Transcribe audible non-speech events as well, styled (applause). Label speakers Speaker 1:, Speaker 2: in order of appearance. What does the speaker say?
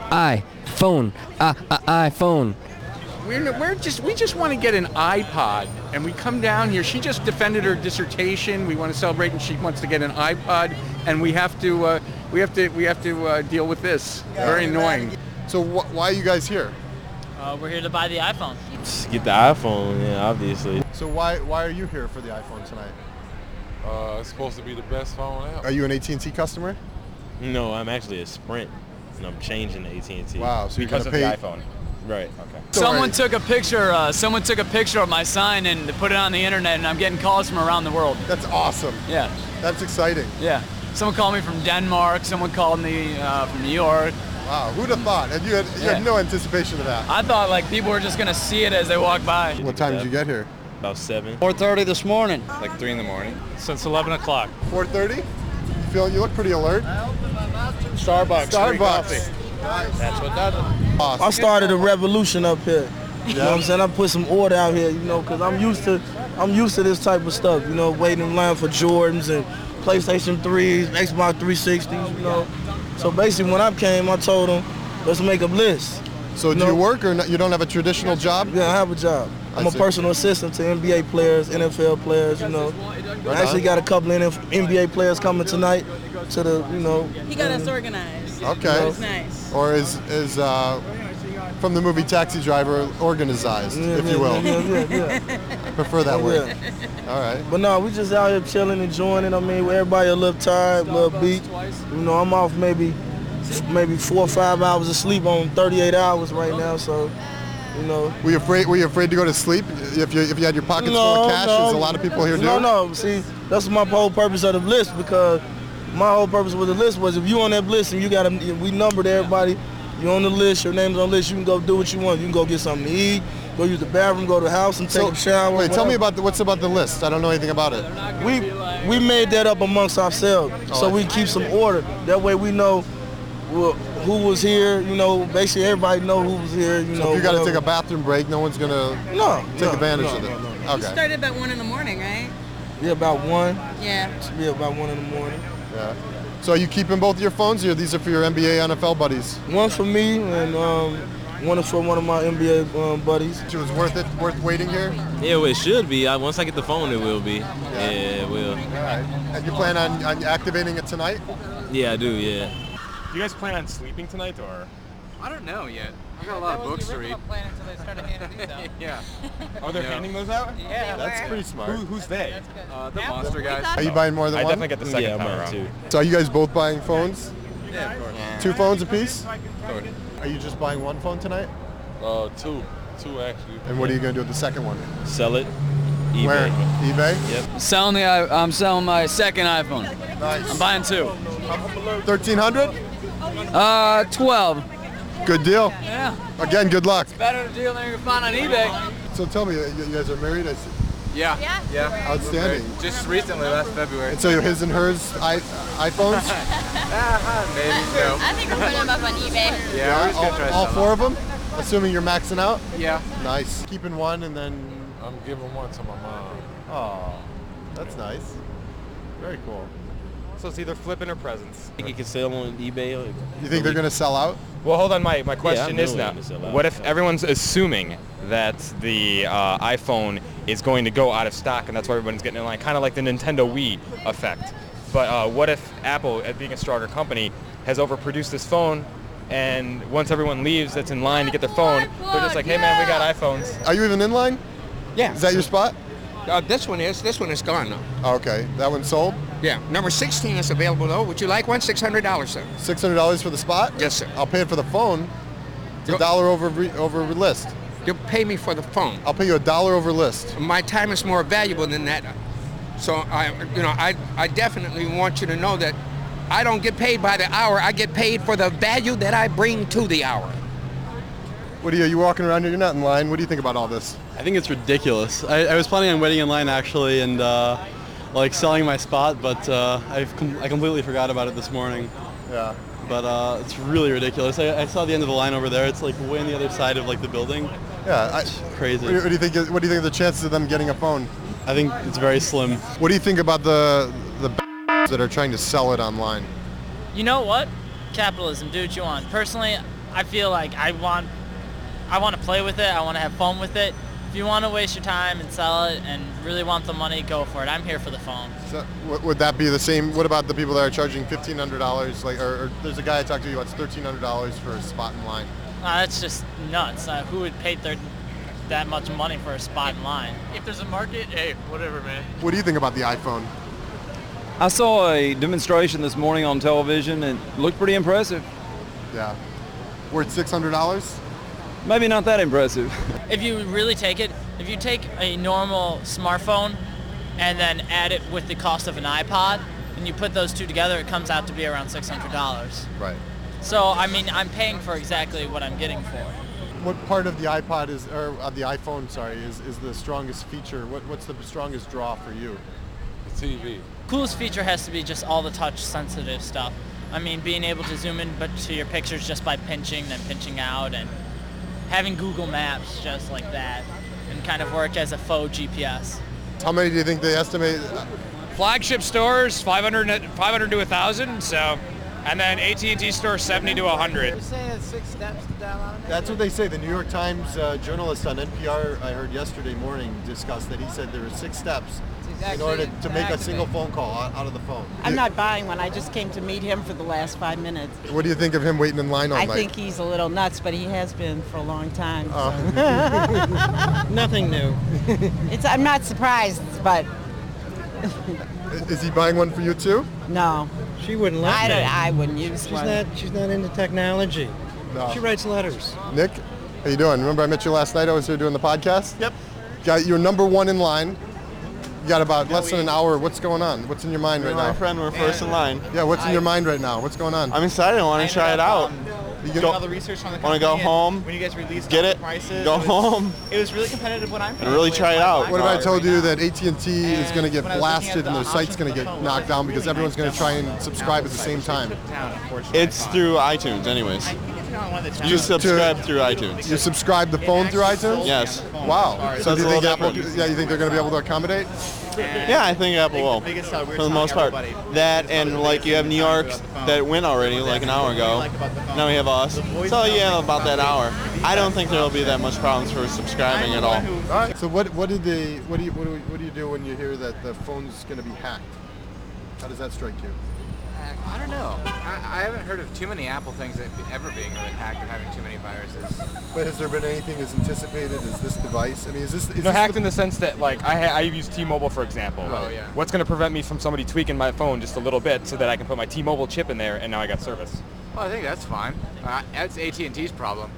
Speaker 1: iPhone, I, I, iPhone.
Speaker 2: We're, we're just we just want to get an iPod, and we come down here. She just defended her dissertation. We want to celebrate, and she wants to get an iPod, and we have to uh, we have to we have to uh, deal with this. Very annoying.
Speaker 3: So wh- why are you guys here?
Speaker 4: Uh, we're here to buy the iPhone.
Speaker 5: Just get the iPhone, yeah, obviously.
Speaker 3: So why why are you here for the iPhone tonight?
Speaker 6: Uh, it's supposed to be the best phone out.
Speaker 3: Are you an AT&T customer?
Speaker 5: No, I'm actually a Sprint, and I'm changing to AT&T.
Speaker 3: Wow, so you're
Speaker 7: Because of
Speaker 3: gonna pay.
Speaker 7: the iPhone.
Speaker 5: Right.
Speaker 7: Okay.
Speaker 4: Someone took a picture. Uh, someone took a picture of my sign and put it on the internet, and I'm getting calls from around the world.
Speaker 3: That's awesome.
Speaker 4: Yeah,
Speaker 3: That's exciting.
Speaker 4: yeah. Someone called me from Denmark. Someone called me uh, from New York.
Speaker 3: Wow, who'd have thought? And you had you
Speaker 4: Yeah.
Speaker 3: had no anticipation of that.
Speaker 4: I thought like people were just gonna see it as they walk by.
Speaker 3: What time did you get here?
Speaker 5: About seven.
Speaker 8: 4:30 this morning.
Speaker 7: Like three in the morning.
Speaker 9: Since 11 o'clock.
Speaker 3: 4:30. You feel you look pretty alert.
Speaker 8: Starbucks.
Speaker 3: Starbucks.
Speaker 8: That's what does it.
Speaker 10: I
Speaker 3: Awesome.
Speaker 10: started a revolution up here. You know what I'm saying? I put some order out here, you know, because I'm used to I'm used to this type of stuff, you know, waiting in line for Jordans and PlayStation 3s, Xbox 360s, you know. So basically when I came, I told them, let's make a list.
Speaker 3: So do
Speaker 10: No.
Speaker 3: you work or not, you don't have a traditional job?
Speaker 10: Yeah, I have a job. I'm
Speaker 3: I
Speaker 10: a
Speaker 3: see.
Speaker 10: personal assistant to NBA players, NFL players, you know. I actually got a couple of NBA players coming tonight to the, you know.
Speaker 11: He got us organized.
Speaker 3: Okay.
Speaker 11: It's nice.
Speaker 3: Or is is uh, from the movie Taxi Driver organized,
Speaker 10: yeah,
Speaker 3: if
Speaker 10: yeah,
Speaker 3: you will.
Speaker 10: Yeah, yeah, yeah.
Speaker 3: Prefer that word.
Speaker 10: (laughs) yeah.
Speaker 3: All right.
Speaker 10: But no, we just out here chilling, enjoying it. I mean, everybody a little tired, a little beat. You know, I'm off maybe maybe four or five hours of sleep on 38 hours right now, so, you know.
Speaker 3: Were you afraid? Were you afraid to go to sleep if you if you had your pockets full of cash, as a lot of people here do?
Speaker 10: No, no. See, that's my whole purpose of the list because my whole purpose with the list was if you on that list and you got to, we numbered everybody, you on the list, your name's on the list, you can go do what you want. You can go get something to eat, go use the bathroom, go to the house and take
Speaker 3: So,
Speaker 10: a shower.
Speaker 3: wait, tell me
Speaker 10: whatever.
Speaker 3: about the, what's about the list. I don't know anything about it.
Speaker 10: We we made that up amongst ourselves, so we keep some order. That way we know wh- who was here. You know, basically everybody know who was here. You know,
Speaker 3: If you got to take
Speaker 10: whatever.
Speaker 3: a bathroom break, no one's gonna
Speaker 10: no,
Speaker 3: take
Speaker 10: no,
Speaker 3: advantage
Speaker 10: no,
Speaker 3: of it.
Speaker 10: no, no.
Speaker 11: You
Speaker 3: Okay.
Speaker 11: started about one in the morning, right?
Speaker 10: Yeah, about one.
Speaker 11: Yeah.
Speaker 10: Should be about one in the morning.
Speaker 3: Yeah. So are you keeping both your phones, or these are for your NBA, NFL buddies?
Speaker 10: One for me and um, one for one of my NBA um, buddies.
Speaker 3: It was worth it, worth waiting here.
Speaker 5: Yeah, well, it should be. I, once I get the phone, it will be. Yeah, it will.
Speaker 3: All right. And you plan on, on activating it tonight?
Speaker 5: Yeah, I do, yeah.
Speaker 9: Do you guys plan on sleeping tonight or?
Speaker 2: I don't know yet. I got a lot of books to read. (laughs) Yeah,
Speaker 9: Are they handing those out?
Speaker 11: Yeah, that's
Speaker 3: Pretty
Speaker 9: Who,
Speaker 3: smart.
Speaker 9: who's they?
Speaker 2: uh, the monster guys.
Speaker 3: Are you buying more than
Speaker 7: I
Speaker 3: one?
Speaker 7: definitely get the second
Speaker 5: yeah,
Speaker 7: time
Speaker 5: mine
Speaker 7: around.
Speaker 5: too.
Speaker 3: So are you guys both buying phones?
Speaker 2: Yeah, of course.
Speaker 3: Two phones apiece?
Speaker 6: Totally.
Speaker 3: Are you just buying one phone tonight?
Speaker 6: Uh, two, two actually.
Speaker 3: And what are you gonna do with the second one?
Speaker 5: Sell it. eBay.
Speaker 3: Where? eBay.
Speaker 4: Selling the, I- I'm selling my second iPhone. I'm
Speaker 3: Nice.
Speaker 4: buying two.
Speaker 3: Thirteen hundred.
Speaker 4: Uh, 12.
Speaker 3: Good deal.
Speaker 4: Yeah.
Speaker 3: Again, good luck.
Speaker 4: Better deal than you can find on eBay.
Speaker 3: So tell me, you you guys are married? I see.
Speaker 2: Yeah.
Speaker 11: Yeah.
Speaker 3: Outstanding.
Speaker 2: Just recently, last February.
Speaker 3: And so your his and hers i iPhones?
Speaker 2: Maybe no.
Speaker 11: I think we're putting them up on eBay.
Speaker 2: Yeah, we're just gonna try
Speaker 3: all, all
Speaker 2: some.
Speaker 3: four of them? Assuming you're maxing out?
Speaker 2: Yeah.
Speaker 3: Nice. Keeping one and then,
Speaker 6: I'm giving one to my mom.
Speaker 3: oh, that's nice. Very cool.
Speaker 7: So it's either flipping or presents.
Speaker 5: think it can sell on eBay. Or,
Speaker 3: You think they're going to sell out?
Speaker 7: Well, hold on. My, my question
Speaker 5: I'm
Speaker 7: is
Speaker 5: really
Speaker 7: now,
Speaker 5: into sell out.
Speaker 7: what if everyone's assuming that the uh, iPhone is going to go out of stock and that's why everyone's getting in line, kind of like the Nintendo Wii effect. But uh, what if Apple, as being a stronger company, has overproduced this phone and once everyone leaves that's in line to get their phone, they're just like, hey man, we got iPhones.
Speaker 3: Are you even in line?
Speaker 12: Yeah.
Speaker 3: Is that your spot?
Speaker 12: Uh, this one is. This one is gone now.
Speaker 3: Oh, okay. That one sold?
Speaker 12: Yeah. Number 16 is available though. Would you like one? $600 sir.
Speaker 3: $600 for the spot?
Speaker 12: Yes, sir.
Speaker 3: I'll pay it for the phone. It's a
Speaker 12: Yep.
Speaker 3: dollar over, re- over list.
Speaker 12: You'll pay me for the phone.
Speaker 3: I'll pay you a dollar over list.
Speaker 12: My time is more valuable than that. So I, you know, I, I definitely want you to know that I don't get paid by the hour. I get paid for the value that I bring to the hour.
Speaker 3: What are you, you walking around here? You're not in line. What do you think about all this?
Speaker 8: I think it's ridiculous. I, I was planning on waiting in line actually and uh, like selling my spot, but uh, I've com- I completely forgot about it this morning.
Speaker 3: Yeah.
Speaker 8: But uh, it's really ridiculous. I, I saw the end of the line over there. It's like way on the other side of like the building.
Speaker 3: Yeah. I,
Speaker 8: It's
Speaker 3: what, do you, what
Speaker 8: crazy.
Speaker 3: do you think? is- What do you think of the chances of them getting a phone?
Speaker 8: I think it's very slim.
Speaker 3: What do you think about the the (laughs) that are trying to sell it online?
Speaker 4: You know what? Capitalism, do what you want. Personally,
Speaker 13: I feel like I want, I want to play with it. I want to have fun with it. If you want to waste your time and sell it and really want the money, go for it. I'm here for the phone.
Speaker 3: So, w- would that be the same? What about the people that are charging fifteen hundred dollars? Like, or, or there's a guy I talked to who wants thirteen hundred dollars for a spot in line.
Speaker 13: Ah, that's just nuts. Uh, who would pay their, that much money for a spot in line?
Speaker 14: If there's a market, hey, whatever, man.
Speaker 3: What do you think about the iPhone?
Speaker 15: I saw a demonstration this morning on television and it looked pretty impressive.
Speaker 3: Yeah. Worth six hundred dollars?
Speaker 15: Maybe not that impressive. (laughs)
Speaker 13: If you really take it, if you take a normal smartphone and then add it with the cost of an iPod, and you put those two together, it comes out to be around six hundred dollars.
Speaker 3: Right.
Speaker 13: So I mean, I'm paying for exactly what I'm getting for. it.
Speaker 3: What part of the iPod is, or of the iPhone, sorry, is, is the strongest feature? What, what's the strongest draw for you?
Speaker 6: The TV.
Speaker 13: Coolest feature has to be just all the touch-sensitive stuff. I mean, being able to zoom in but to your pictures just by pinching and pinching out, and having Google Maps just like that, and kind of work as a faux GPS.
Speaker 3: How many do you think they estimate?
Speaker 16: Flagship stores, 500, and- 500 to 1,000, so, and then AT&T store 70 to 100.
Speaker 17: saying it's six steps to download.
Speaker 3: That's what they say. The New York Times uh, journalist on NPR I heard yesterday morning discussed that he said there are six steps in
Speaker 17: actually
Speaker 3: order to,
Speaker 17: to
Speaker 3: make a
Speaker 17: activate.
Speaker 3: single phone call out, out of the phone.
Speaker 17: I'm not buying one. I just came to meet him for the last five minutes.
Speaker 3: What do you think of him waiting in line all
Speaker 17: I
Speaker 3: night?
Speaker 17: think he's a little nuts, but he has been for a long time. (laughs)
Speaker 3: Oh.
Speaker 17: so. Nothing new. it's, I'm not surprised, but
Speaker 3: Is he buying one for you too?
Speaker 17: No.
Speaker 18: She wouldn't let
Speaker 17: I
Speaker 18: me.
Speaker 17: don't- I wouldn't use
Speaker 18: she's
Speaker 17: one.
Speaker 18: Not, she's not into technology.
Speaker 3: No.
Speaker 18: She writes letters.
Speaker 3: Nick, how you doing? Remember I met you last night? I was here doing the podcast. Yep. Got you're number one in line. You got about less than an hour. What's going on? What's in your mind
Speaker 19: Me
Speaker 3: right
Speaker 19: and
Speaker 3: now?
Speaker 19: my friend were first in line.
Speaker 3: Yeah. What's in your mind right now? What's going on?
Speaker 19: I'm excited. I want to try it
Speaker 20: um,
Speaker 19: out.
Speaker 3: You
Speaker 19: Go-
Speaker 20: Want
Speaker 19: Wanna
Speaker 20: to
Speaker 19: go home?
Speaker 20: When you guys release
Speaker 19: Get
Speaker 20: all the
Speaker 19: it?
Speaker 20: prices,
Speaker 19: Go
Speaker 20: it was-
Speaker 19: home.
Speaker 20: It was really competitive when I'm.
Speaker 19: And really try it out.
Speaker 3: What if I told you that AT&T is going to get
Speaker 20: when I was looking at
Speaker 3: blasted
Speaker 20: the
Speaker 3: and their site's
Speaker 20: options
Speaker 3: going to get knocked down because everyone's going to try and subscribe at the same time?
Speaker 19: It's through iTunes, anyways. You subscribe through iTunes.
Speaker 3: You subscribe the phone through iTunes?
Speaker 19: Yes.
Speaker 3: Wow.
Speaker 19: So
Speaker 3: So do you
Speaker 19: it's
Speaker 3: think
Speaker 19: all
Speaker 3: Apple?
Speaker 19: Apple.
Speaker 3: Yeah, you think they're going to be able to accommodate?
Speaker 19: Yeah, I think Apple will,
Speaker 3: They- they just saw- we were
Speaker 19: for the most part.
Speaker 3: telling everybody.
Speaker 19: That and like you have New York that went already like an hour ago. Now we have us. So yeah, about that hour. I don't think there will be that much problems for subscribing at all.
Speaker 3: All right. So what what did they what do you what do, what do you do when you hear that the phone's going to be hacked? How does that strike you?
Speaker 20: I don't know. I, I haven't heard of too many Apple things that ever being really hacked and having too many viruses.
Speaker 3: But has there been anything as anticipated as this device? I mean, is this is
Speaker 7: no,
Speaker 3: this
Speaker 7: hacked in the sense that like I ha- I use T-Mobile for example.
Speaker 3: Oh, yeah.
Speaker 7: What's going to prevent me from somebody tweaking my phone just a little bit so that I can put my T-Mobile chip in there and now I got service?
Speaker 20: Well, I think that's fine. Uh, that's AT&T's problem.